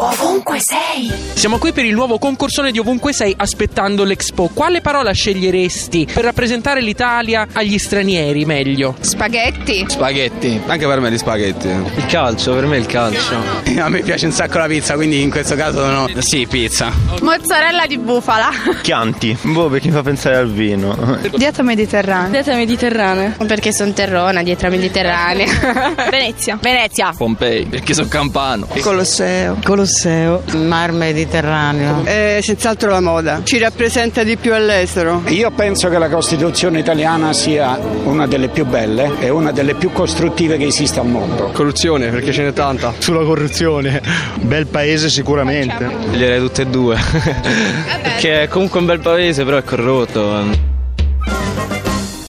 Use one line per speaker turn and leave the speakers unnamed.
Ovunque sei!
Siamo qui per il nuovo concorsone di Ovunque Sei aspettando l'Expo. Quale parola sceglieresti per rappresentare l'Italia agli stranieri meglio?
Spaghetti.
Spaghetti,
Anche per me gli spaghetti.
Il calcio, per me il calcio.
a me piace un sacco la pizza, quindi in questo caso no. Sì, pizza.
Mozzarella di bufala.
Chianti. Boh, perché mi fa pensare al vino.
Dieta mediterranea. Dieta mediterranea. Perché sono terrona, dieta mediterranea. Venezia. Venezia.
Pompei, perché sono campano.
Colosseo. Colosseo. Mar Mediterraneo. Eh, senz'altro la moda. Ci rappresenta di più all'estero.
Io penso che la Costituzione italiana sia una delle più belle e una delle più costruttive che esista al mondo.
Corruzione, perché ce n'è tanta.
Sulla corruzione. Bel paese sicuramente.
Sceglierei tutte e due. perché è comunque un bel paese, però è corrotto.